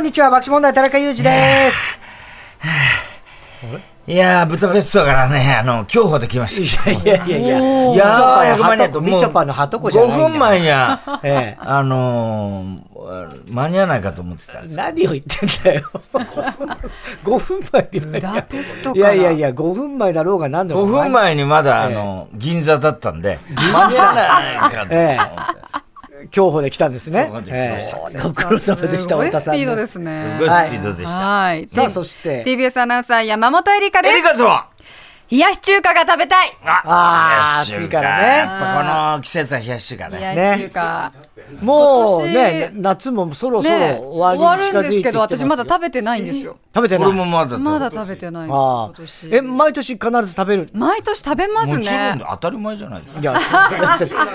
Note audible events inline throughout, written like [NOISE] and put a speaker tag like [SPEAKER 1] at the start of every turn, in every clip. [SPEAKER 1] んにちは、爆笑問題、田中裕二です。
[SPEAKER 2] いやー、ブタペストからね、あの、競歩で来ました。いやいやいや。いやー、役場にやと、
[SPEAKER 1] みちょぱのはとこじゃないんだ
[SPEAKER 2] 5分前には、
[SPEAKER 1] え
[SPEAKER 2] あのー、間に合わないかと思ってたんです
[SPEAKER 1] 何を言ってんだ
[SPEAKER 3] [LAUGHS]
[SPEAKER 1] よ。5分前に間に合う
[SPEAKER 3] ブダペスト
[SPEAKER 1] い
[SPEAKER 3] から
[SPEAKER 1] やいやいや、5分前だろうが何だろ
[SPEAKER 2] 5
[SPEAKER 1] うが。
[SPEAKER 2] 分前にまだ、あ
[SPEAKER 1] ええ
[SPEAKER 2] の、銀座だったんで、間に合わないかと思ってたんです
[SPEAKER 1] 競歩で来たんですね
[SPEAKER 2] 競歩。で来ま
[SPEAKER 1] え
[SPEAKER 2] した
[SPEAKER 1] えご苦労様でした、
[SPEAKER 3] すごい
[SPEAKER 1] 太田
[SPEAKER 3] スピ
[SPEAKER 1] さん
[SPEAKER 3] ードで
[SPEAKER 1] ですす。
[SPEAKER 2] す
[SPEAKER 3] ね
[SPEAKER 2] ごいスピードでした。
[SPEAKER 3] はい
[SPEAKER 1] さあ、
[SPEAKER 3] で
[SPEAKER 1] そして、
[SPEAKER 3] TBS アナウンサー山本恵里香
[SPEAKER 2] エ
[SPEAKER 3] で
[SPEAKER 2] リ
[SPEAKER 3] す
[SPEAKER 2] カズは
[SPEAKER 3] 冷やし中華が食べたい
[SPEAKER 1] あー
[SPEAKER 2] 冷やし
[SPEAKER 1] 暑い
[SPEAKER 2] 中華
[SPEAKER 1] からね
[SPEAKER 2] やっぱこの季節は冷やし中華
[SPEAKER 3] 冷
[SPEAKER 2] ね。
[SPEAKER 3] やし中華
[SPEAKER 1] もう
[SPEAKER 3] 今
[SPEAKER 1] ね、
[SPEAKER 3] 年
[SPEAKER 1] 夏もそろそろ
[SPEAKER 3] ね
[SPEAKER 1] 終
[SPEAKER 3] 終
[SPEAKER 1] わ
[SPEAKER 3] わ
[SPEAKER 1] りに
[SPEAKER 3] る
[SPEAKER 1] 近
[SPEAKER 3] ん
[SPEAKER 1] づい
[SPEAKER 3] で
[SPEAKER 1] て
[SPEAKER 3] す
[SPEAKER 1] きて
[SPEAKER 3] けど
[SPEAKER 1] ます
[SPEAKER 3] 私まだ
[SPEAKER 1] よ
[SPEAKER 3] 食べてないんですよ
[SPEAKER 1] 食べてない。
[SPEAKER 2] 俺もまだ
[SPEAKER 3] まだ食べてないんで
[SPEAKER 1] あ
[SPEAKER 3] す今
[SPEAKER 1] あ
[SPEAKER 3] 年。
[SPEAKER 1] え、毎年必ず食べる
[SPEAKER 3] 毎年食べます
[SPEAKER 2] もちろん
[SPEAKER 3] ね
[SPEAKER 2] 当たり前じゃないですか。
[SPEAKER 1] いや、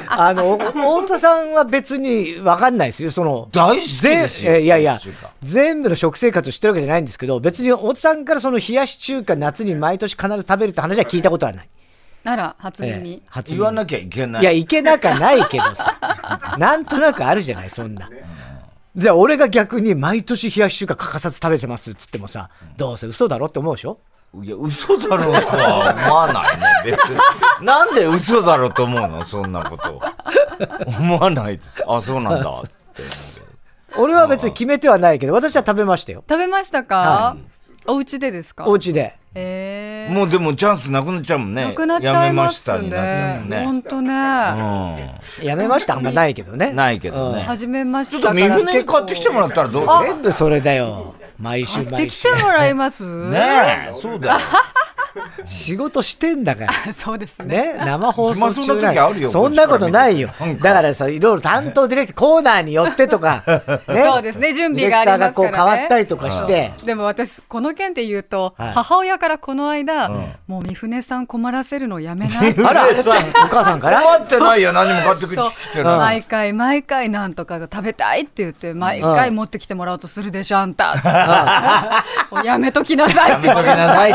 [SPEAKER 1] あの、太田さんは別に分かんないですよ、その。
[SPEAKER 2] 大好きですよ
[SPEAKER 1] ぜえいやいや
[SPEAKER 2] 冷やし中華、
[SPEAKER 1] 全部の食生活を知ってるわけじゃないんですけど、別に太田さんからその冷やし中華夏に毎年必ず食べるって話は聞いたことはない。
[SPEAKER 3] なら初耳
[SPEAKER 1] ええ初
[SPEAKER 2] 言
[SPEAKER 1] 耳
[SPEAKER 2] わなきゃいけない。
[SPEAKER 1] いや、いけなかないけどさ。 [LAUGHS] なんとなくあるじゃない、そんな。じゃあ、俺が逆に毎年冷やし中華欠かさず食べてますっつってもさ、どうせ嘘だろって思うでしょ
[SPEAKER 2] いや、嘘だろうとは思わないね、別に。なんで嘘だろうと思うのそんなこと。思わないです。あ、そうなんだって。
[SPEAKER 1] 俺は別に決めてはないけど、私は食べましたよ。
[SPEAKER 3] 食べましたかお家でですか
[SPEAKER 1] お家で。
[SPEAKER 3] ええ
[SPEAKER 2] もうでもチャンスなくなっちゃうもんね。
[SPEAKER 3] なくなっちゃいます
[SPEAKER 2] やめました
[SPEAKER 3] ね
[SPEAKER 2] になっちゃうもん
[SPEAKER 3] 本
[SPEAKER 2] ね。
[SPEAKER 3] 当ね
[SPEAKER 1] やめましたあんまないけどね。
[SPEAKER 2] うん。ないけどね。
[SPEAKER 3] 始めまし
[SPEAKER 2] ちょ
[SPEAKER 3] た
[SPEAKER 2] っ
[SPEAKER 3] か
[SPEAKER 2] と
[SPEAKER 3] ら
[SPEAKER 2] 三船に買ってきてもらったらどうだ
[SPEAKER 1] 全部それだよ。毎週
[SPEAKER 3] 買って
[SPEAKER 1] 毎
[SPEAKER 3] き
[SPEAKER 1] 週
[SPEAKER 3] て。もらえます
[SPEAKER 2] ねえ、そうだよ。
[SPEAKER 1] 仕事してんだから。
[SPEAKER 3] [LAUGHS] そうですね
[SPEAKER 1] ね、生放送中
[SPEAKER 2] 暇そうな時あるよ
[SPEAKER 1] そんなことないよ
[SPEAKER 2] こっちから見て。
[SPEAKER 1] だからさ、いろいろ担当ディレクター、コーナーによってと
[SPEAKER 3] [LAUGHS]
[SPEAKER 1] か、ね
[SPEAKER 3] そうですね準備があ
[SPEAKER 1] ディレクター
[SPEAKER 3] りますからね
[SPEAKER 1] がこう変わったりとかして、
[SPEAKER 3] でも私この件で言うと、
[SPEAKER 1] はい
[SPEAKER 3] 母親からこの間、もう三船さん困らせるの
[SPEAKER 2] [LAUGHS]
[SPEAKER 3] やめない
[SPEAKER 1] あら、お母さんから
[SPEAKER 2] 困ってないよ、何も買ってき
[SPEAKER 3] と
[SPEAKER 2] てない。
[SPEAKER 3] 毎回毎回なんとかが食べたいって言って毎回持ってきてもらおうとするでしょあんた [LAUGHS] もうやめときなさいっ
[SPEAKER 2] や
[SPEAKER 3] て
[SPEAKER 2] めときなさい。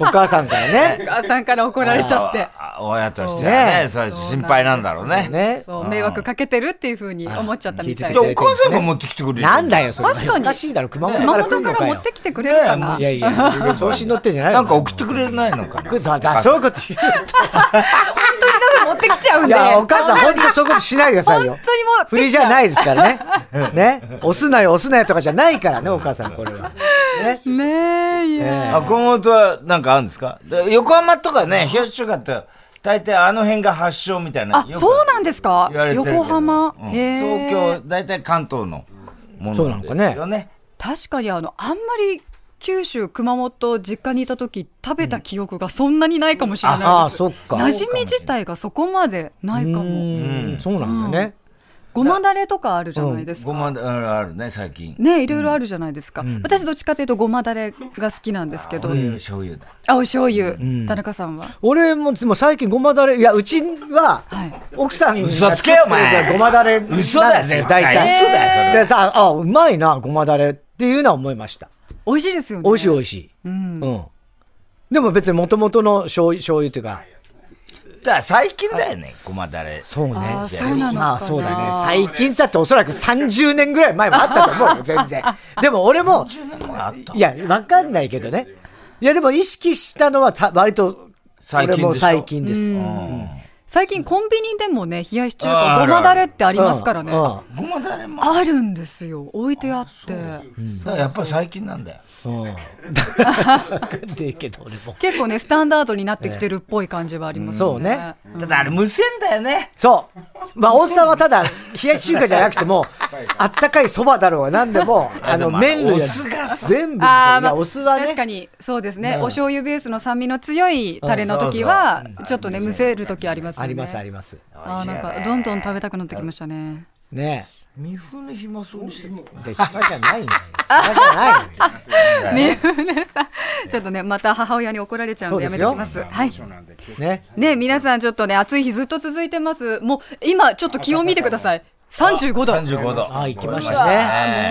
[SPEAKER 1] お母さんから
[SPEAKER 3] お
[SPEAKER 1] ね。
[SPEAKER 3] 母さんから怒られちゃって
[SPEAKER 2] あ親としてはね、それ心配なんだろうね。
[SPEAKER 1] ね。
[SPEAKER 3] そう迷惑かけてるっていうふうに思っちゃったみたい
[SPEAKER 1] 聞
[SPEAKER 2] い
[SPEAKER 1] い
[SPEAKER 3] で
[SPEAKER 2] や
[SPEAKER 1] て
[SPEAKER 2] お母さんが持ってきてくれる
[SPEAKER 1] なんだよ、それ。
[SPEAKER 3] 確かに
[SPEAKER 1] おかしいだろ、熊本か
[SPEAKER 3] 熊
[SPEAKER 1] ら来
[SPEAKER 3] 本
[SPEAKER 1] んの
[SPEAKER 3] から
[SPEAKER 1] か
[SPEAKER 3] 持
[SPEAKER 1] よ
[SPEAKER 3] ってきてくれるかな、
[SPEAKER 1] いやいや、調子に乗ってんじゃない
[SPEAKER 2] な
[SPEAKER 1] の
[SPEAKER 2] んか送ってくれないのかな。
[SPEAKER 1] さだそういうこと言う
[SPEAKER 3] 持ってきちゃうん
[SPEAKER 1] と。い
[SPEAKER 3] で
[SPEAKER 1] や、お母さん、本当そういうことしないでくださいよ
[SPEAKER 3] 本。当にもう
[SPEAKER 1] 振りじゃないですから
[SPEAKER 2] [LAUGHS]
[SPEAKER 1] ね。ね。押すなよ、押すなよとかじゃないからね、お母さん、これは。ね。
[SPEAKER 3] ねえいや、
[SPEAKER 2] あ、熊本はなんかあるんですかで横浜とかね、冷やし中華って、大体あの辺が発祥みたいな。
[SPEAKER 3] あそうなんですか
[SPEAKER 2] 言われてるけど
[SPEAKER 3] 横浜、
[SPEAKER 2] うん
[SPEAKER 3] へえ
[SPEAKER 2] 東京、大体関東のもの
[SPEAKER 1] そうなのかね
[SPEAKER 2] ですよね。
[SPEAKER 3] 確かにあのあんまり九州熊本実家にいた時食べた記憶がそんなにないかもしれないで
[SPEAKER 1] [LAUGHS]
[SPEAKER 3] す、
[SPEAKER 1] ああ、そっか。
[SPEAKER 3] 馴染み自体がそこまでないか
[SPEAKER 1] う
[SPEAKER 3] も
[SPEAKER 1] ーん、そうなんだね。
[SPEAKER 3] ごまだれとかあるじゃないですか、
[SPEAKER 2] ごま、うんあるね、最近。
[SPEAKER 3] ねいろいろあるじゃないですか、私どっちかというとごまだれが好きなんですけど、
[SPEAKER 2] 醤油醤油だ。
[SPEAKER 3] あお醤油、田中さんは
[SPEAKER 1] 俺もでも最近ごまだれ、いや、うちは
[SPEAKER 3] はい、
[SPEAKER 1] 奥さんが
[SPEAKER 2] 嘘つけよお前
[SPEAKER 1] 作ってくれたごまだれなんです
[SPEAKER 2] 嘘
[SPEAKER 1] よ。
[SPEAKER 2] だぜ、
[SPEAKER 1] 大
[SPEAKER 2] 絶対
[SPEAKER 1] 体。
[SPEAKER 2] 嘘だよ、それ。
[SPEAKER 1] でさ、あ、うまいな、ごまだれっていうのは思いました。
[SPEAKER 3] 美味しいですよね
[SPEAKER 1] 美味しい美味しい。うんん。でも別に元々の醤油、醤油というか、
[SPEAKER 2] だから最近だよね、ごまだれ。
[SPEAKER 1] そうね。
[SPEAKER 3] ああそうなのかな、
[SPEAKER 1] まあそうだね。最近さっておそらく30年ぐらい前もあったと思うよ、全然。でも俺も、
[SPEAKER 2] 10年前あった
[SPEAKER 1] いや、わかんないけどね。いや、でも意識したのはさ割と、
[SPEAKER 2] 最近でしょ
[SPEAKER 1] 俺も最近です。
[SPEAKER 2] うん
[SPEAKER 3] 最近コンビニでもね冷やし中
[SPEAKER 2] ああ
[SPEAKER 3] 華
[SPEAKER 2] る
[SPEAKER 3] ごまだれってありますからね、
[SPEAKER 1] うんうん
[SPEAKER 2] ごまだれも。
[SPEAKER 3] あるんですよ置いてあって
[SPEAKER 2] だからやっぱり最近なんだよ。
[SPEAKER 1] でけど俺も。
[SPEAKER 3] 結構ねスタンダードになってきてるっぽい感じはありますよね、
[SPEAKER 2] ただあれ無線だよね。
[SPEAKER 1] そう。まあ、大津さんはただ、冷やし中華じゃなくても、あったかいそばだろうが何でも、あの、
[SPEAKER 2] でもあれ
[SPEAKER 1] 麺類は
[SPEAKER 2] お酢がさ
[SPEAKER 1] 全部、い
[SPEAKER 3] あーま
[SPEAKER 1] や、
[SPEAKER 3] あ
[SPEAKER 1] お酢は
[SPEAKER 3] 確か
[SPEAKER 1] ね、
[SPEAKER 3] にそうですね、お醤油ベースの酸味の強いタレの時は、ちょっとねむせる時ありますよね
[SPEAKER 1] ありますあります。
[SPEAKER 3] あーなんかどんどん食べたくなってきましたね
[SPEAKER 1] ね
[SPEAKER 2] 三船暇そうにしてる。
[SPEAKER 1] え。で、暇じゃないのよ。暇じゃないのよ。
[SPEAKER 3] ねねさちょっとねまた母親に怒られちゃうんで
[SPEAKER 1] そ
[SPEAKER 3] や
[SPEAKER 1] うで
[SPEAKER 3] め
[SPEAKER 1] す
[SPEAKER 3] て
[SPEAKER 1] よ
[SPEAKER 3] きますはい
[SPEAKER 1] ね。
[SPEAKER 3] ね皆さんちょっとね暑い日ずっと続いてますもう今ちょっと気温見てください35度
[SPEAKER 2] 35度。
[SPEAKER 1] あ行きまし
[SPEAKER 3] う
[SPEAKER 1] た
[SPEAKER 3] わ
[SPEAKER 2] ね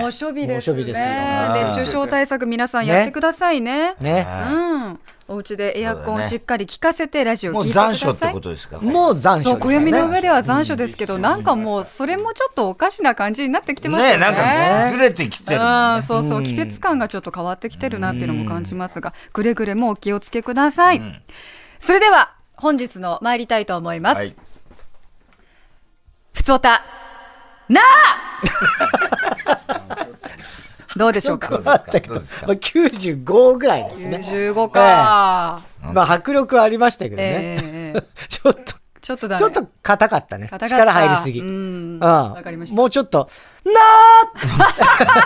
[SPEAKER 3] ー猛暑日です
[SPEAKER 1] 猛暑日ですよ
[SPEAKER 3] ね熱中症対策皆さんやってくださいね
[SPEAKER 1] ね。
[SPEAKER 3] うんお家でエア
[SPEAKER 2] そう
[SPEAKER 3] コ
[SPEAKER 2] だ
[SPEAKER 3] ン
[SPEAKER 2] ね
[SPEAKER 3] しっかり効かせてラジオ
[SPEAKER 2] も
[SPEAKER 3] 聞いうてください
[SPEAKER 2] 残暑ってことですか
[SPEAKER 1] もう残
[SPEAKER 3] そう
[SPEAKER 1] 暑ですよ
[SPEAKER 3] 暦
[SPEAKER 1] ね
[SPEAKER 3] の上では残暑ですけど、なんかもうそれもちょっとおかしな感じになってきてますよね。
[SPEAKER 2] ねなんかずれてきてるもんね
[SPEAKER 3] うんそうそう季節感がちょっと変わってきてるなっていうのも感じますが、くれぐれもお気をつけください。それでは本日の参りたいと思います。
[SPEAKER 2] はい
[SPEAKER 3] ふつおたなあ。どうでしょうか。
[SPEAKER 1] あったけど、
[SPEAKER 2] ど
[SPEAKER 1] ま
[SPEAKER 2] うですか
[SPEAKER 1] あ、95ぐらいですね。
[SPEAKER 3] 15か。
[SPEAKER 1] まあ迫力はありましたけど
[SPEAKER 3] え
[SPEAKER 1] ね。
[SPEAKER 3] えええ
[SPEAKER 1] ちょっと、
[SPEAKER 3] ちょっとだ、ね。
[SPEAKER 1] ちょっと硬かったね。
[SPEAKER 3] 硬かった
[SPEAKER 1] 力入りすぎ。
[SPEAKER 3] うん
[SPEAKER 1] ん
[SPEAKER 3] わかりました
[SPEAKER 1] もうちょっと、な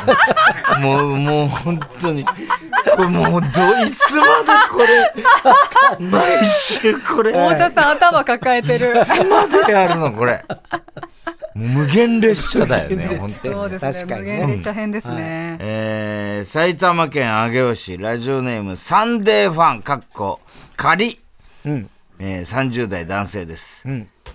[SPEAKER 1] ーっ
[SPEAKER 2] もう、もう本当に。これもうど、いつまでこれ、毎週これ、
[SPEAKER 3] 太
[SPEAKER 2] い
[SPEAKER 3] 田さん頭抱えてる。
[SPEAKER 2] つまでやるの、これ。もう無限列車だよね、本当に。
[SPEAKER 3] そうですね。
[SPEAKER 1] 確かにね
[SPEAKER 3] 無限列車編ですね。
[SPEAKER 2] えー、埼玉県上尾市、ラジオネーム、サンデーファン、かっこ、仮。
[SPEAKER 1] ん
[SPEAKER 2] えー、30代男性です。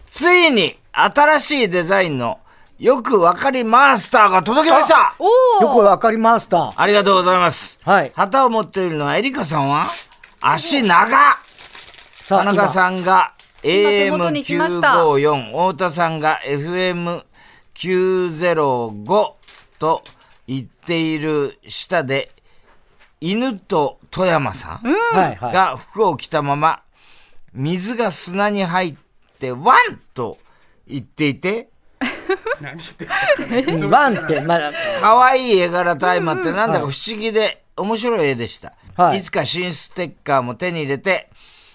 [SPEAKER 2] ついに、新しいデザインの、よくわかりマスターが届きました
[SPEAKER 3] お
[SPEAKER 1] よく
[SPEAKER 3] お。
[SPEAKER 1] わかりました。
[SPEAKER 2] ありがとうございます。
[SPEAKER 1] はい
[SPEAKER 2] 旗を持っているのはエリカさんは足長
[SPEAKER 1] さ
[SPEAKER 2] 田
[SPEAKER 1] あ、
[SPEAKER 2] 中
[SPEAKER 1] ん。
[SPEAKER 2] さんが
[SPEAKER 3] 今手元に来ました
[SPEAKER 2] AM954、太田さんが FM905 と言っている下で、犬と富山さん
[SPEAKER 1] はいは
[SPEAKER 2] が服を着たまま、水が砂に入ってワンと言っていて、
[SPEAKER 1] い。うんワンって、まあ、
[SPEAKER 2] 可愛い絵柄と相まってなんだか不思議で面白い絵でした。
[SPEAKER 1] はい
[SPEAKER 2] い、つか新ステッカーも手に入れて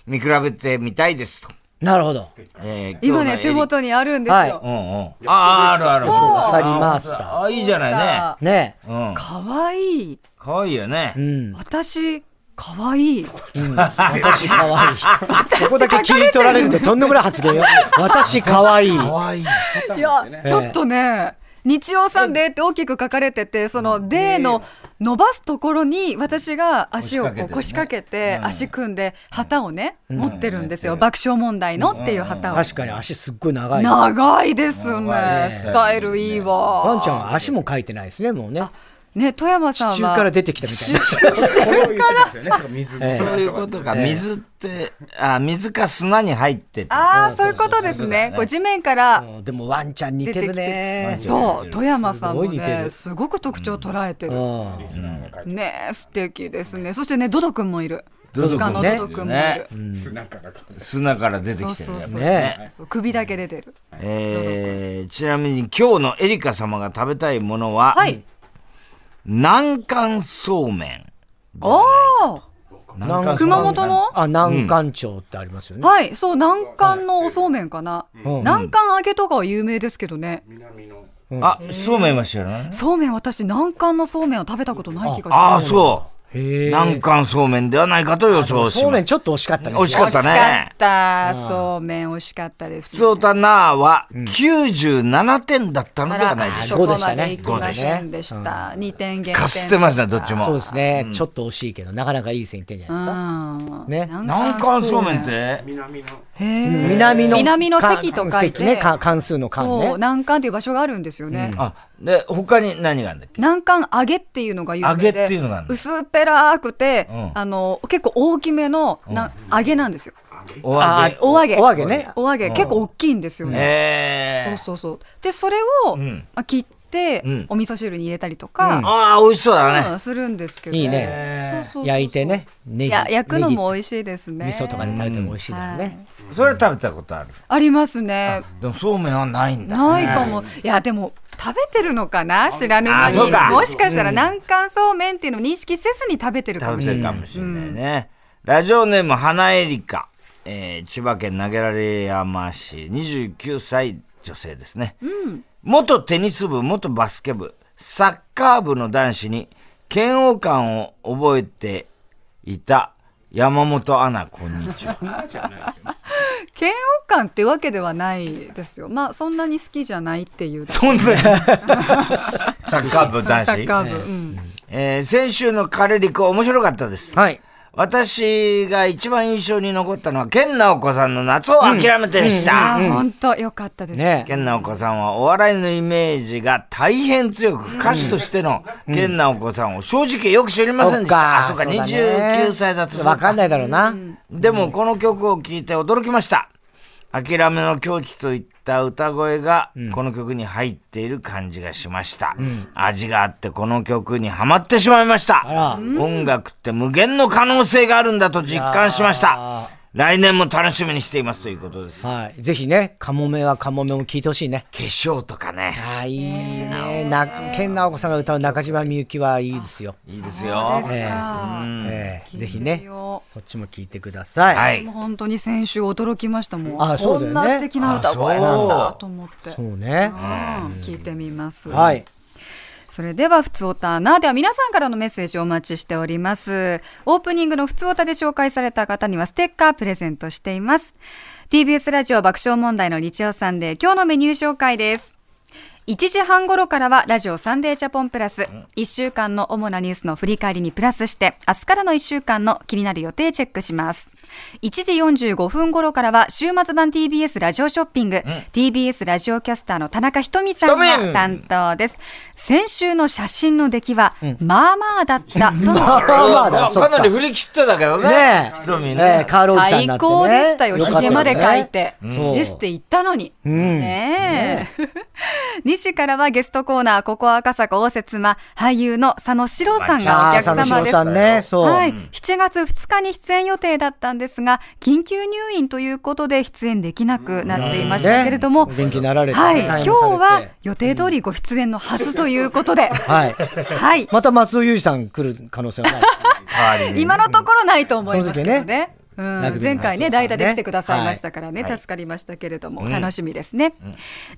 [SPEAKER 2] 見比べてみたいですと。
[SPEAKER 1] なるほど。
[SPEAKER 2] えー
[SPEAKER 3] 今ね手。元にあるんです
[SPEAKER 1] はい
[SPEAKER 3] よ。
[SPEAKER 2] 今日の絵にうんうん。ああ、あるある。
[SPEAKER 1] わかりました。
[SPEAKER 2] あ、いいじゃな
[SPEAKER 3] さあ
[SPEAKER 1] ねえ。
[SPEAKER 2] いね。うん。
[SPEAKER 3] 可愛いい。
[SPEAKER 2] 可愛いよね。
[SPEAKER 3] 私可愛いい。
[SPEAKER 1] 私かわいい。ここだけ切り取られるととんでもない発言よ。私かわいい。
[SPEAKER 2] 可愛い。
[SPEAKER 3] いやちょっとね。日曜さんでって大きく書かれてて、そのデーの伸ばすところに私が足をこう腰
[SPEAKER 2] 腰
[SPEAKER 3] 掛
[SPEAKER 2] 掛
[SPEAKER 3] けて足組んで旗をね持ってるんですよ。爆笑問題のっていう旗を。
[SPEAKER 1] 確かに足すっごい長い。ワ
[SPEAKER 3] 長いです
[SPEAKER 2] 長
[SPEAKER 3] ね。
[SPEAKER 2] い
[SPEAKER 3] スタイルいいわ。
[SPEAKER 1] ンちゃんは足も描いてないですね、もうね。
[SPEAKER 3] ね富山さんは
[SPEAKER 1] 地中から出てきたみたいな。
[SPEAKER 2] そういうことか。水って、あ、水か砂に入ってて。
[SPEAKER 3] ああ、そういうことですね。こう地面から、
[SPEAKER 1] [LAUGHS] うんでもワンちゃん似てるね。
[SPEAKER 3] そう、富山さんも
[SPEAKER 1] すごい似て
[SPEAKER 3] ね、
[SPEAKER 1] る
[SPEAKER 3] すごく特徴を捉えて
[SPEAKER 1] う
[SPEAKER 3] る。
[SPEAKER 1] ん
[SPEAKER 3] ねえ、素敵ですね。そしてね、ドド君もいる。
[SPEAKER 2] ドド君
[SPEAKER 3] 鹿の
[SPEAKER 1] ね
[SPEAKER 3] ドド君もいる。
[SPEAKER 2] 砂から出て
[SPEAKER 3] そう
[SPEAKER 2] きてる
[SPEAKER 3] そう
[SPEAKER 2] やつ
[SPEAKER 3] そう
[SPEAKER 1] ね
[SPEAKER 3] そう首だけ出てる。
[SPEAKER 2] えーちなみに今日のエリカ様が食べたいものは、
[SPEAKER 3] はい。
[SPEAKER 2] 南関そうめん。
[SPEAKER 3] おお。
[SPEAKER 1] 南関
[SPEAKER 3] 熊本の
[SPEAKER 1] あ、南関町ってありますよね。
[SPEAKER 3] はい、そう、南関のおそうめんかな。
[SPEAKER 1] ん
[SPEAKER 3] 南関揚げとかは有名ですけどね。
[SPEAKER 2] あ、そうめんは知らない
[SPEAKER 3] そうめん、私、南関のそうめんは食べたことない気がし
[SPEAKER 2] あ
[SPEAKER 3] ま
[SPEAKER 2] あ、
[SPEAKER 3] す。
[SPEAKER 2] そう。
[SPEAKER 1] へえ
[SPEAKER 2] 南関そうめんではないかと予想し
[SPEAKER 1] そう
[SPEAKER 2] ま
[SPEAKER 1] めん
[SPEAKER 2] す。
[SPEAKER 1] ちょっと惜しかったね。
[SPEAKER 2] 惜しかっ
[SPEAKER 3] 美
[SPEAKER 2] た
[SPEAKER 3] 味しか
[SPEAKER 2] ね
[SPEAKER 3] っ。た。そうめん、美味しかったです
[SPEAKER 2] 普。通たなーは97点だったのではないでしょ
[SPEAKER 1] ょうか
[SPEAKER 3] あらそこまで行きませんでし
[SPEAKER 1] 五
[SPEAKER 3] た。二点減
[SPEAKER 2] う
[SPEAKER 3] 点。
[SPEAKER 2] か。かすってますね、どっち
[SPEAKER 1] そう
[SPEAKER 2] も
[SPEAKER 1] で。すね。ちょっと惜しいけど、なかなかいい線いってんじゃ
[SPEAKER 3] う
[SPEAKER 1] ない
[SPEAKER 3] ん。
[SPEAKER 1] ね
[SPEAKER 2] 南関そうめんって、
[SPEAKER 3] へー
[SPEAKER 1] ですか。南の。
[SPEAKER 3] 南の関と書い
[SPEAKER 1] 関ね、
[SPEAKER 3] て。
[SPEAKER 1] か関数の関
[SPEAKER 3] そう、
[SPEAKER 1] ね。
[SPEAKER 3] 南関という場所があるんですよね。
[SPEAKER 2] あ、で、他に何があるんだっけ
[SPEAKER 3] 南関揚げっていうのが有名で
[SPEAKER 2] 揚げっていうのがあるの
[SPEAKER 3] 薄っぺらくて、
[SPEAKER 2] うん
[SPEAKER 3] あの結構大きめのな、揚げなんですよ
[SPEAKER 2] お
[SPEAKER 1] あ
[SPEAKER 2] 揚げ
[SPEAKER 1] ー。
[SPEAKER 3] お揚げ
[SPEAKER 1] お揚げね
[SPEAKER 3] お揚げ結構大きいんですよね、
[SPEAKER 2] えー。
[SPEAKER 3] そうそうそうでそれを、
[SPEAKER 2] ん
[SPEAKER 3] まあ切って、
[SPEAKER 2] うん
[SPEAKER 3] お味噌汁に入れたりとか、
[SPEAKER 2] ああ、美味しそうだ
[SPEAKER 3] う
[SPEAKER 2] ね。
[SPEAKER 3] んするんですけど
[SPEAKER 1] いいね
[SPEAKER 2] え
[SPEAKER 3] そう
[SPEAKER 2] ー
[SPEAKER 3] そうそう
[SPEAKER 1] 焼いてね。ネ
[SPEAKER 3] い
[SPEAKER 1] ギ
[SPEAKER 3] や焼くのも
[SPEAKER 1] ネ
[SPEAKER 3] 美味しいですね
[SPEAKER 1] ギ味噌とかで食べても美味しいだろう
[SPEAKER 3] はい
[SPEAKER 1] ね。
[SPEAKER 2] それ食べたことある。
[SPEAKER 3] ありますね
[SPEAKER 2] でもそうめんはないんだ。
[SPEAKER 3] ないかもいやでも食べてるのかな知らぬ間
[SPEAKER 2] あそう
[SPEAKER 3] に
[SPEAKER 2] か
[SPEAKER 3] もしかしたら南関そうめんっていうのを認識せずに食べてるか
[SPEAKER 2] 食
[SPEAKER 3] も
[SPEAKER 2] べ
[SPEAKER 3] してれ
[SPEAKER 2] る
[SPEAKER 3] ない
[SPEAKER 2] かもしれないね。ラジオネーム、花エリカ。えー千葉県投げられ山市、29歳女性ですね。元テニス部、元バスケ部、サッカー部の男子に嫌悪感を覚えていた山本アナ、こんにちは。
[SPEAKER 3] 嫌悪感ってわけではないですよまあそんなに好きじゃないっていうサ
[SPEAKER 2] そんなに。サッカー部男
[SPEAKER 3] ッ
[SPEAKER 2] 子。
[SPEAKER 3] カー部、うん
[SPEAKER 2] えー先週のカレリコ面白かったです。
[SPEAKER 1] はい。
[SPEAKER 2] 私が一番印象に残ったのは、健直子さんの夏を諦めてでした。
[SPEAKER 3] あー、本当よかったです。
[SPEAKER 1] ね
[SPEAKER 2] 健直子さんはお笑いのイメージが大変強く、歌手としての健直子さんを正直よく知りませんでした。あ、そうか、
[SPEAKER 1] だね
[SPEAKER 2] 29歳だとそう
[SPEAKER 1] わかんないだろうな。
[SPEAKER 2] でもこの曲を聴いて驚きました。諦めの境地といった歌声がこの曲に入っている感じがしました。味があってこの曲にはまってしまいました。
[SPEAKER 1] ら
[SPEAKER 2] 音楽って無限の可能性があるんだと実感しまし
[SPEAKER 1] い
[SPEAKER 2] た
[SPEAKER 1] や。
[SPEAKER 2] 来年も楽しみにしていますということです。化
[SPEAKER 1] はい。ぜひね、カモメはカモメも聞いてほしいね。
[SPEAKER 2] 粧とかね。
[SPEAKER 1] ああ、いいね。な、ケンナオコさんが歌う中島みゆきはいいですよ。
[SPEAKER 2] いいですよ。
[SPEAKER 3] そうですか
[SPEAKER 1] ええぜひ
[SPEAKER 3] 聞いてみ
[SPEAKER 1] ね、
[SPEAKER 3] よ
[SPEAKER 1] こっちも聞いてください。
[SPEAKER 2] はい
[SPEAKER 3] うも。う本当に先週驚きましたもん。
[SPEAKER 1] あそうだよね
[SPEAKER 3] こんな素敵な歌声なんだと思って。う
[SPEAKER 1] そ
[SPEAKER 3] ん
[SPEAKER 1] うね。
[SPEAKER 3] 聞いてみます。
[SPEAKER 1] はい。
[SPEAKER 3] それでは、ふつおたな。では、皆さんからのメッセージをお待ちしております。オープニングのふつおたで紹介された方には、ステッカープレゼントしています。TBS ラジオ爆笑問題の日曜サンデー、今日のメニュー紹介です。1時半頃からはラジオサンデージャポンプラス1週間の主なニュースの振り返りにプラスして明日からの1週間の気になる予定チェックします1時45分頃からは週末版 TBS ラジオショッピング、TBS ラジオキャスターの田中ひとみさん
[SPEAKER 2] ひとみ
[SPEAKER 3] が担当です先週の写真の出来は、まあまあだったとの
[SPEAKER 1] [LAUGHS] まあまあだ、そ
[SPEAKER 2] か
[SPEAKER 1] っ
[SPEAKER 2] な
[SPEAKER 1] か。
[SPEAKER 2] り振り切ってたけどね。
[SPEAKER 1] ねえ
[SPEAKER 2] ひとみ
[SPEAKER 1] ええ
[SPEAKER 2] ね。
[SPEAKER 1] カールおじさんになっ
[SPEAKER 3] 最
[SPEAKER 1] てね。
[SPEAKER 3] 高でしたよ、
[SPEAKER 1] よかった
[SPEAKER 3] ひげまで描いて、
[SPEAKER 1] うんそう
[SPEAKER 3] ですって言ったのに、ねえ [LAUGHS] 西からはゲストコーナーここ赤坂応接間俳優の佐野史郎さんがお
[SPEAKER 1] ああ、
[SPEAKER 3] 客
[SPEAKER 1] 佐野史
[SPEAKER 3] 様
[SPEAKER 1] 郎
[SPEAKER 3] です
[SPEAKER 1] さんね。そう。
[SPEAKER 3] はい、7月2日に出演予定だったんですが緊急入院ということで出演できなくなっていましたけれども、
[SPEAKER 1] ね元気になられて、
[SPEAKER 3] はい、
[SPEAKER 1] 退院さ
[SPEAKER 3] 今
[SPEAKER 1] れ
[SPEAKER 3] 日
[SPEAKER 1] て
[SPEAKER 3] は予定通りご出演のはずということで、
[SPEAKER 1] はい。
[SPEAKER 3] はい、
[SPEAKER 1] また松尾裕二さん来る可能性
[SPEAKER 3] [LAUGHS]
[SPEAKER 1] はない。
[SPEAKER 2] 代わりに
[SPEAKER 3] 今のところないと思いますけど
[SPEAKER 1] その
[SPEAKER 3] ね。
[SPEAKER 1] 時ね
[SPEAKER 3] うん
[SPEAKER 1] ラグビーの
[SPEAKER 3] 前回ね、
[SPEAKER 1] 松尾さんね
[SPEAKER 3] 代打で来てくださいましたからね、助かりましたけれども、楽しみですね。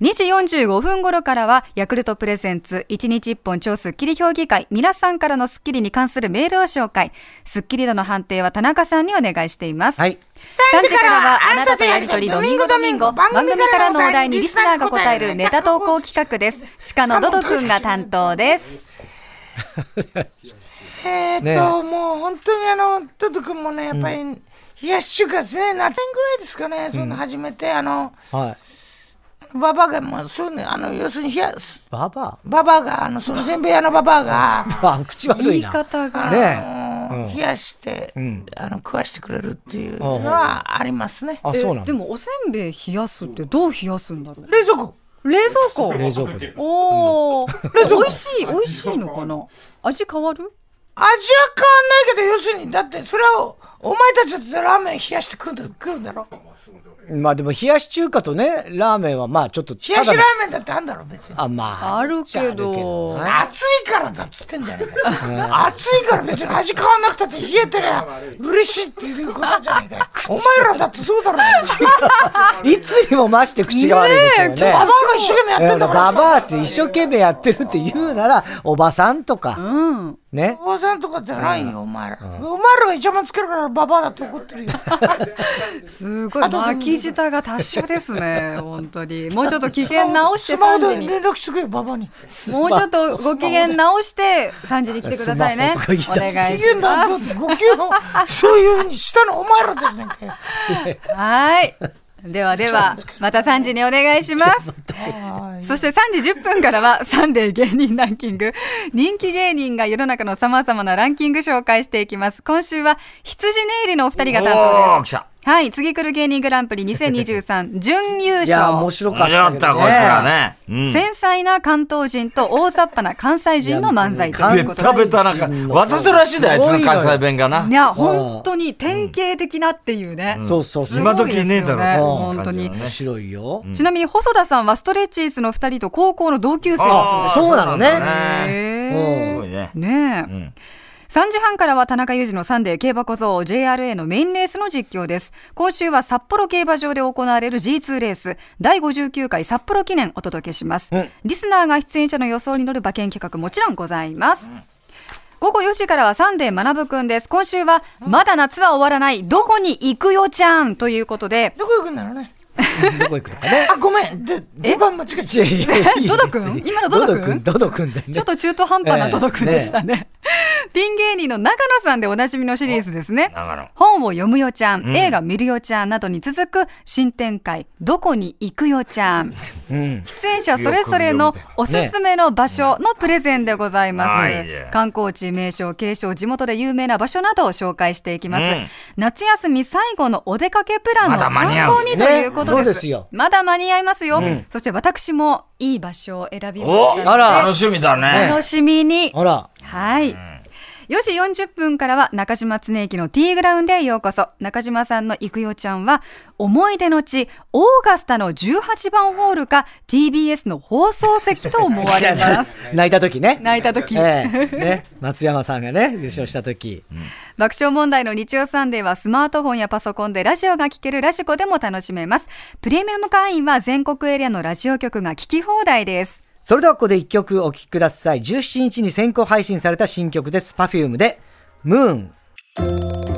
[SPEAKER 3] 2時45分頃からは、ヤクルトプレゼンツ、1日1本超スッキリ評議会、皆さんからのスッキリに関するメールを紹介、スッキリ度の判定は田中さんにお願いしています。
[SPEAKER 1] はい。
[SPEAKER 3] 3時からは、あなたとやりとりドミンゴドミンゴ、番組からのお題にリスナーが答えるネタ投稿企画です。鹿のドドくんが担当です。
[SPEAKER 4] えーっと、
[SPEAKER 1] ねえ
[SPEAKER 4] もう本当にあの、トド君もね、やっぱり、冷やし中華ですね、夏ぐらいですかね、そんな始めて、あの、
[SPEAKER 1] はい。
[SPEAKER 4] ババアが、もうそういうの、あの、要するに冷やす、
[SPEAKER 1] ババ
[SPEAKER 4] ババアが、あの、そのせんべい屋のババア
[SPEAKER 1] [LAUGHS]
[SPEAKER 4] が、
[SPEAKER 1] ア。あ、口悪
[SPEAKER 3] 言
[SPEAKER 1] い
[SPEAKER 3] い
[SPEAKER 1] な。
[SPEAKER 3] 方が。
[SPEAKER 1] ねえ。
[SPEAKER 4] あの冷やして、あの、食わしてくれるっていうのはありますね。
[SPEAKER 1] あ、そうな
[SPEAKER 3] え
[SPEAKER 1] ん
[SPEAKER 3] で
[SPEAKER 1] だ。
[SPEAKER 3] もおせんべい冷やすってどう冷やすんだろう
[SPEAKER 4] 冷蔵庫
[SPEAKER 3] 冷蔵庫
[SPEAKER 1] 冷蔵庫で。
[SPEAKER 3] おお美味しい美味しいのかな味変わる
[SPEAKER 4] 味は変わんないけど、要するに、だって、それを、お前たちだってラーメン冷やして食うんだ食うんだろ。
[SPEAKER 1] まあでも、冷やし中華とね、ラーメンはまあちょっと。
[SPEAKER 4] 冷やしラー
[SPEAKER 1] メン
[SPEAKER 4] メンだってあんだろ、別に。
[SPEAKER 1] あ、まあ。
[SPEAKER 3] あるけど
[SPEAKER 4] 暑いからだっつってんじゃねえかよ暑いから別に味変わんなくたって冷えてりゃ嬉しいっていうことじゃねえかよお前らだってそうだ [LAUGHS] ろ
[SPEAKER 1] いつにも増して口が悪いね今日
[SPEAKER 4] バ
[SPEAKER 1] ね。
[SPEAKER 4] バアが一生懸命やってんだか
[SPEAKER 1] だかららババアって一生懸命やってるって言うなら、おばさんとか、
[SPEAKER 3] うん
[SPEAKER 1] ね
[SPEAKER 4] お。ばさんとかじゃないよお前らお前らが一番つけるからババアだって怒ってるよ
[SPEAKER 3] すごい巻き舌が達者です
[SPEAKER 1] [LAUGHS]
[SPEAKER 3] ね本当にもうちょっと機嫌直して
[SPEAKER 4] スマホ
[SPEAKER 3] 3
[SPEAKER 4] で
[SPEAKER 3] 時に
[SPEAKER 4] 連絡してくれよババアに
[SPEAKER 3] もうちょっとご機嫌直して3時に来てくださいね
[SPEAKER 1] スマホ
[SPEAKER 3] お
[SPEAKER 1] とか言
[SPEAKER 3] 願い
[SPEAKER 1] い
[SPEAKER 3] し
[SPEAKER 1] 出して
[SPEAKER 4] 機嫌
[SPEAKER 3] ま
[SPEAKER 4] なん
[SPEAKER 3] す
[SPEAKER 4] だご機嫌をそういうふうにしたのお前らじゃねえかよ
[SPEAKER 3] はいではではまた3時にお願いしますそして3時10分からはサンデー芸人ランキング。人気芸人が世の中の様々なランキング紹介していきます。今週は羊ネイリのお二人が担当
[SPEAKER 2] おー、
[SPEAKER 3] で
[SPEAKER 2] 来
[SPEAKER 3] す。
[SPEAKER 2] た。
[SPEAKER 3] はい、次来る芸人グランプリ2023準優
[SPEAKER 1] いや、面
[SPEAKER 3] 勝。
[SPEAKER 1] 白かっ
[SPEAKER 2] 面白か
[SPEAKER 1] た
[SPEAKER 2] っ
[SPEAKER 1] け
[SPEAKER 2] た、
[SPEAKER 1] ど。
[SPEAKER 2] こいつらね。うん
[SPEAKER 3] 繊細な関東人と大雑把な関西人の漫才と
[SPEAKER 1] い
[SPEAKER 3] い
[SPEAKER 1] や
[SPEAKER 3] う
[SPEAKER 1] も
[SPEAKER 3] こ
[SPEAKER 1] う
[SPEAKER 3] と
[SPEAKER 1] ね
[SPEAKER 2] 食
[SPEAKER 3] で
[SPEAKER 2] べたなんか、わざとらしいんだよ、あいつの関西弁がな。
[SPEAKER 3] いや、本当に典型的なっていうね。
[SPEAKER 1] そうそうそう。
[SPEAKER 2] 今時いねえだろ
[SPEAKER 3] すごいですよね本当に。
[SPEAKER 1] 面白いよ。
[SPEAKER 3] ちなみに細田さんはストレッチーズの二人と高校の同級生だそうです。
[SPEAKER 1] そうなのね
[SPEAKER 2] そうなんだね
[SPEAKER 3] へ
[SPEAKER 1] うん
[SPEAKER 3] ー
[SPEAKER 2] すごいね。
[SPEAKER 3] ねえ、3時半からは田中裕二のサンデー競馬小僧 JRA のメインレースの実況です。今週は札幌競馬場で行われる G2 レース第59回札幌記念お届けします。リスナーが出演者の予想に乗る馬券企画もちろんございます。午後4時からはサンデー学ぶくんです。今週は、まだ夏は終わらない、どこに行くよちゃんということで、
[SPEAKER 4] どこ行くんだろうね
[SPEAKER 1] どこ行くのかね。
[SPEAKER 4] あごめんで出番間違えちゃっ
[SPEAKER 1] いやいやいや
[SPEAKER 3] ドド君今のドド君 [LAUGHS]
[SPEAKER 1] ドド君ドド君だね。
[SPEAKER 3] ちょっと中途半端な届くんでしたね。 [LAUGHS] ピン芸人の中野さんでおなじみのシリーズですね
[SPEAKER 2] 長野。
[SPEAKER 3] 本を読むよちゃん、映画見るよちゃんなどに続く新展開、どこに行くよちゃん。
[SPEAKER 1] うん。
[SPEAKER 3] 出演者それぞれのおすすめの場所のプレゼンでございます。
[SPEAKER 2] ねはい
[SPEAKER 3] 観光地、名所、景勝、地元で有名な場所などを紹介していきます。
[SPEAKER 2] うん
[SPEAKER 3] 夏休み最後のお出かけプランの
[SPEAKER 2] まだ間に
[SPEAKER 3] 参
[SPEAKER 2] 合う
[SPEAKER 3] 考にということです。
[SPEAKER 1] ねそうですよ
[SPEAKER 3] まだ間に合いますよ。そして私もいい場所を選びま
[SPEAKER 2] お
[SPEAKER 3] したので
[SPEAKER 1] あら
[SPEAKER 2] 楽しみだね。
[SPEAKER 3] 楽しみに。
[SPEAKER 1] あら、
[SPEAKER 3] はい。4時40分からは中島恒之の T グラウンドへようこそ。中島さんのいくよちゃんは、思い出の地、オーガスタの18番ホールか TBS の放送席と思われます。
[SPEAKER 1] 泣いた時ね。
[SPEAKER 3] [LAUGHS] 泣いた時、
[SPEAKER 1] ええね、松山さんがね、優勝した時。
[SPEAKER 3] 爆笑問題の日曜サンデーはスマートフォンやパソコンでラジオが聴けるラジコでも楽しめます。プレミアム会員は全国エリアのラジオ局が聴き放題です。
[SPEAKER 1] それではここで一曲お聴きください。17日に先行配信された新曲です。Perfume で、ムーン。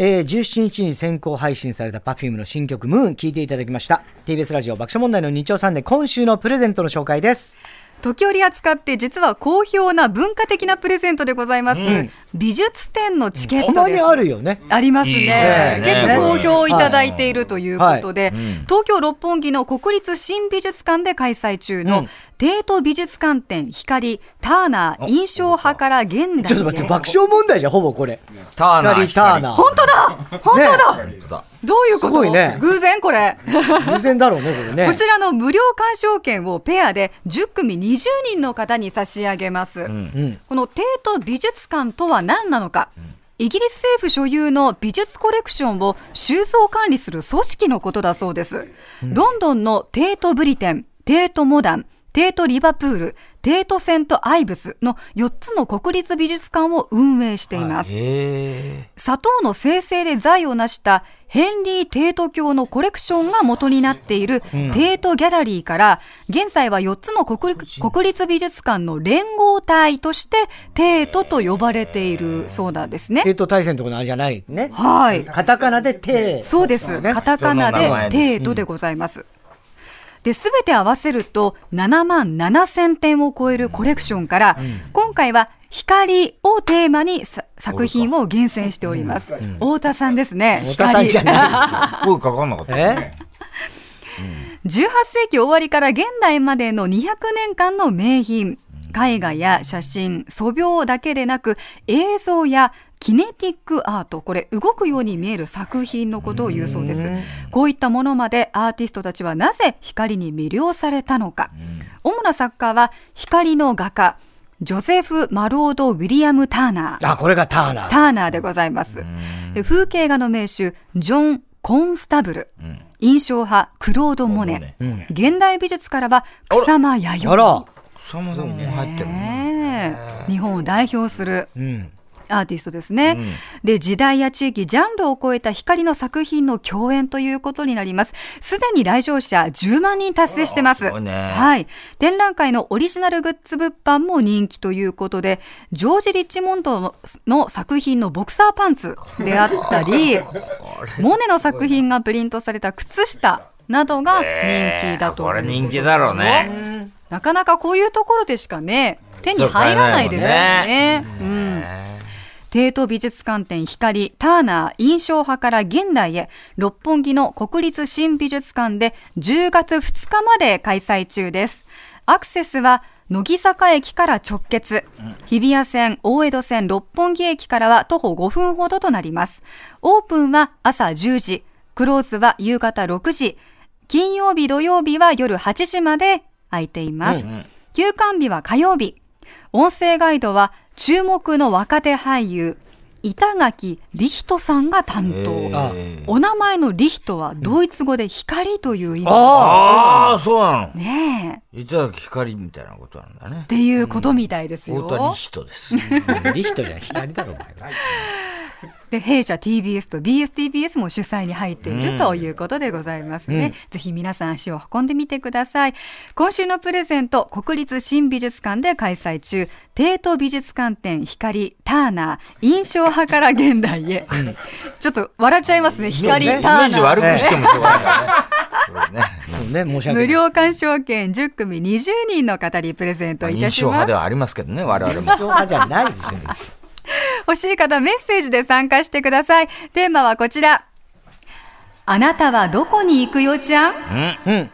[SPEAKER 1] えー、17日に先行配信された Perfume の新曲ムーン聴いていただきました。TBS ラジオ爆笑問題の日曜サンデー今週のプレゼントの紹介です。
[SPEAKER 3] 時折扱って実は好評な文化的なプレゼントでございます、美術展のチケッ
[SPEAKER 1] た
[SPEAKER 3] ト
[SPEAKER 1] ま
[SPEAKER 3] で
[SPEAKER 1] に
[SPEAKER 3] す
[SPEAKER 1] あるよね。
[SPEAKER 3] あります
[SPEAKER 2] いいね
[SPEAKER 3] ね結構好評いただいているということで、東京六本木の国立新美術館で開催中
[SPEAKER 1] う
[SPEAKER 3] の
[SPEAKER 1] ん
[SPEAKER 3] デート美術館展光ターナー印象派から
[SPEAKER 1] ち
[SPEAKER 3] 現
[SPEAKER 1] ょっと
[SPEAKER 3] 代
[SPEAKER 1] 待って、
[SPEAKER 3] へ
[SPEAKER 1] 爆笑問題じゃん、ほぼこれ。
[SPEAKER 2] ターナー。
[SPEAKER 1] 光ターナ
[SPEAKER 2] ー。
[SPEAKER 1] ー。
[SPEAKER 3] 本当だ本当だ、
[SPEAKER 2] 本当だ。
[SPEAKER 3] どういうこと
[SPEAKER 1] すごいね
[SPEAKER 3] 偶然これ
[SPEAKER 1] 偶然だろうね、これね。
[SPEAKER 3] こちらの無料鑑賞券をペアで10組20人の方に差し上げます。
[SPEAKER 1] うん
[SPEAKER 3] この帝都美術館とは何なのか。イギリス政府所有の美術コレクションを収蔵管理する組織のことだそうです。ロンドンの帝都ブリテン、帝都モダン、帝都リバプール、帝都セントアイブスの4つの国立美術館を運営しています。
[SPEAKER 2] え
[SPEAKER 3] 砂糖の生成で財を成したヘンリー・テート教のコレクションが元になっているテートギャラリーから、現在は4つの国立国立美術館の連合体として、テートと呼ばれているそうなんです
[SPEAKER 1] 帝
[SPEAKER 3] ね。
[SPEAKER 1] 都大戦のとこのあれじゃないね。
[SPEAKER 3] はい。
[SPEAKER 1] カタカナで帝。
[SPEAKER 3] そうです。カタカナで程度でございます。で、すべて合わせると7万7千点を超えるコレクションから、今回は光をテーマにさ作品を厳選しております。太田さんですね。
[SPEAKER 1] 太田さんじゃ
[SPEAKER 3] 光
[SPEAKER 1] ないですよ。
[SPEAKER 2] ー。声かかんなかったね。
[SPEAKER 3] 18世紀終わりから現代までの200年間の名品絵画や写真素描だけでなく映像やキネティックアートこれ動くように見える作品のことを言うそうですこういったものまでアーティストたちはなぜ光に魅了されたのか主な作家は光の画家ジョゼフ・マロード・ウィリアム・ターナー
[SPEAKER 1] あ、これがターナ
[SPEAKER 3] タ
[SPEAKER 1] ー。
[SPEAKER 3] ーナーでございます。え風景画の名手、ジョン・コンスタブル。印象派、クロード・モネ。現代美術からは、草間彌
[SPEAKER 1] あ
[SPEAKER 3] 生。
[SPEAKER 1] ら、
[SPEAKER 2] 草間さんも入ってるね。
[SPEAKER 3] ねえ日本を代表する
[SPEAKER 1] うん。
[SPEAKER 3] アーティストですね、で時代や地域ジャンルを超えた光の作品の共演ということになりますすでに来場者10万人達成してます
[SPEAKER 2] あらすごいね
[SPEAKER 3] はい展覧会のオリジナルグッズ物販も人気ということでジョージ・リッチモンドのの作品のボクサーパンツであっ
[SPEAKER 2] [LAUGHS]
[SPEAKER 3] たりモネの作品がプリントされた靴下などが人気だと
[SPEAKER 2] こ
[SPEAKER 3] い
[SPEAKER 2] れ
[SPEAKER 3] う
[SPEAKER 2] 人気だろうね。
[SPEAKER 3] なかなかこういうところでしかね、手に入らないですよね。うん。帝都美術館展光、ターナー、印象派から現代へ、六本木の国立新美術館で10月2日まで開催中です。アクセスは、乃木坂駅から直結。日比谷線、大江戸線、六本木駅からは徒歩5分ほどとなります。オープンは朝10時、クローズは夕方6時、金曜日、土曜日は夜8時まで空いています。休館日は火曜日。音声ガイドは注目の若手俳優、板垣リヒトさんが担当。
[SPEAKER 1] あ、
[SPEAKER 3] お名前のリヒトはドイツ語で光という意味。
[SPEAKER 1] あ
[SPEAKER 2] ああ、そうなの。
[SPEAKER 3] ねえ。
[SPEAKER 2] いただき光みたいなことなんだね
[SPEAKER 3] っ。ていうことみたいですよ。
[SPEAKER 2] 大谷人です。
[SPEAKER 1] あ、リヒトじゃん、左だろ、お前は。
[SPEAKER 3] で弊社 TBS と BSTBS も主催に入っているということでございますね、ぜひ皆さん足を運んでみてください今週のプレゼント国立新美術館で開催中帝都美術館展光ターナー印象派から現代へ、ちょっと笑っちゃいますね光
[SPEAKER 2] イメ
[SPEAKER 3] ターナー [LAUGHS]
[SPEAKER 2] ージ悪くしてもしょうがないからね。これね。
[SPEAKER 1] そうね、申し訳な
[SPEAKER 3] 無
[SPEAKER 1] い。
[SPEAKER 3] 料鑑賞券10組20人の方にプレゼントいた
[SPEAKER 2] 印
[SPEAKER 3] し
[SPEAKER 2] 象派
[SPEAKER 3] ま。
[SPEAKER 2] ですはありますけどね、我々も。
[SPEAKER 1] 印象派じゃないですよ。
[SPEAKER 3] 欲しい方メッセージで参加してください。テーマはこちら。あなたはどこに行くよちゃん
[SPEAKER 1] うん。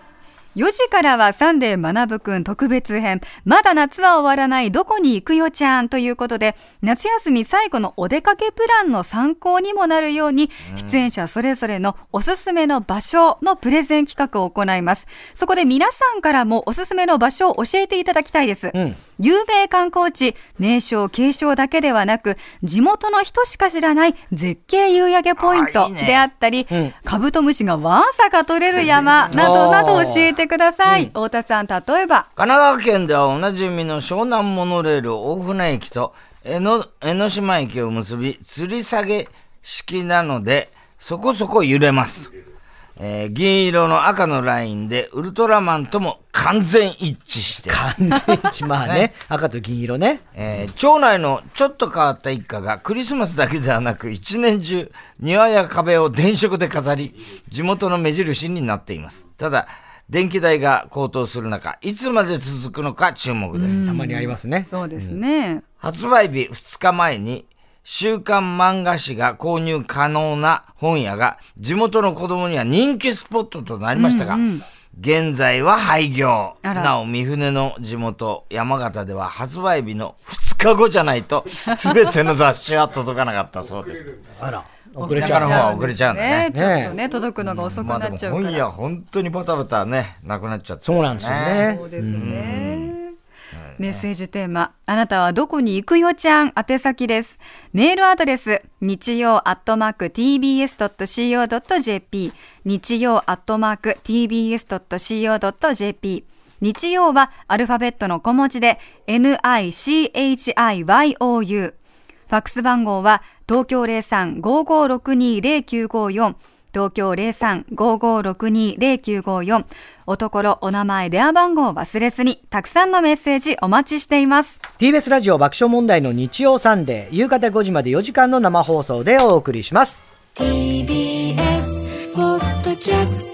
[SPEAKER 3] 4時からはサンデー学ぶくん特別編、まだ夏は終わらないどこに行くよちゃんということで、夏休み最後のお出かけプランの参考にもなるように、出演者それぞれのおすすめの場所のプレゼン企画を行います。そこで皆さんからもおすすめの場所を教えていただきたいです。
[SPEAKER 1] ん
[SPEAKER 3] 有名観光地、名称、継承だけではなく、地元の人しか知らない絶景夕焼けポイン
[SPEAKER 2] あ
[SPEAKER 3] ト
[SPEAKER 2] いいね
[SPEAKER 3] であったり、カブトムシがわんさか取れる山などなど教えてください。太田さん、例えば、
[SPEAKER 2] 神奈川県ではおなじみの湘南モノレール大船駅と江ノ江ノ島駅を結び、吊り下げ式なので、そこそこ揺れますと。えー銀色の赤のラインで、ウルトラマンとも完全一致している。
[SPEAKER 1] 完全一、まあね、赤と銀色ね。
[SPEAKER 2] えー町内のちょっと変わった一家がクリスマスだけではなく一年中庭や壁を電飾で飾り地元の目印になっていますただ電気代が高騰する中いつまで続くのか注目です
[SPEAKER 1] たまにありますね。
[SPEAKER 3] そうですね。
[SPEAKER 2] 発売日2日前に週刊漫画誌が購入可能な本屋が地元の子供には人気スポットとなりましたが、現在は廃業。
[SPEAKER 3] あら
[SPEAKER 2] なお、三船の地元、山形では発売日の2日後じゃないと、すべての雑誌は届かなかったそうです。
[SPEAKER 1] あら、遅れち
[SPEAKER 2] 田舎の
[SPEAKER 1] ゃ
[SPEAKER 2] 方
[SPEAKER 1] う。
[SPEAKER 2] は遅れちゃうんだね
[SPEAKER 3] ちょっとね、 [LAUGHS] 届くのが遅く
[SPEAKER 2] まあ
[SPEAKER 3] な
[SPEAKER 2] で
[SPEAKER 3] っ
[SPEAKER 2] も
[SPEAKER 3] ちゃうから。
[SPEAKER 2] 本屋本当にバタバタね、なくなっちゃって。
[SPEAKER 1] そうなんですよね
[SPEAKER 3] そう。ですね。メッセージテーマ、あなたはどこに行くよちゃん宛先です。メールアドレス、日曜アットマーク tbs.co.jp、日曜アットマーク tbs.co.jp、日曜はアルファベットの小文字で、nichiyou。ファックス番号は東京03-5562-0954東京03-5562-0954おところお名前電話番号を忘れずにたくさんのメッセージお待ちしています
[SPEAKER 1] TBS ラジオ爆笑問題の日曜サンデー、夕方5時まで4時間の生放送でお送りします。
[SPEAKER 5] TBS ポッドキャスト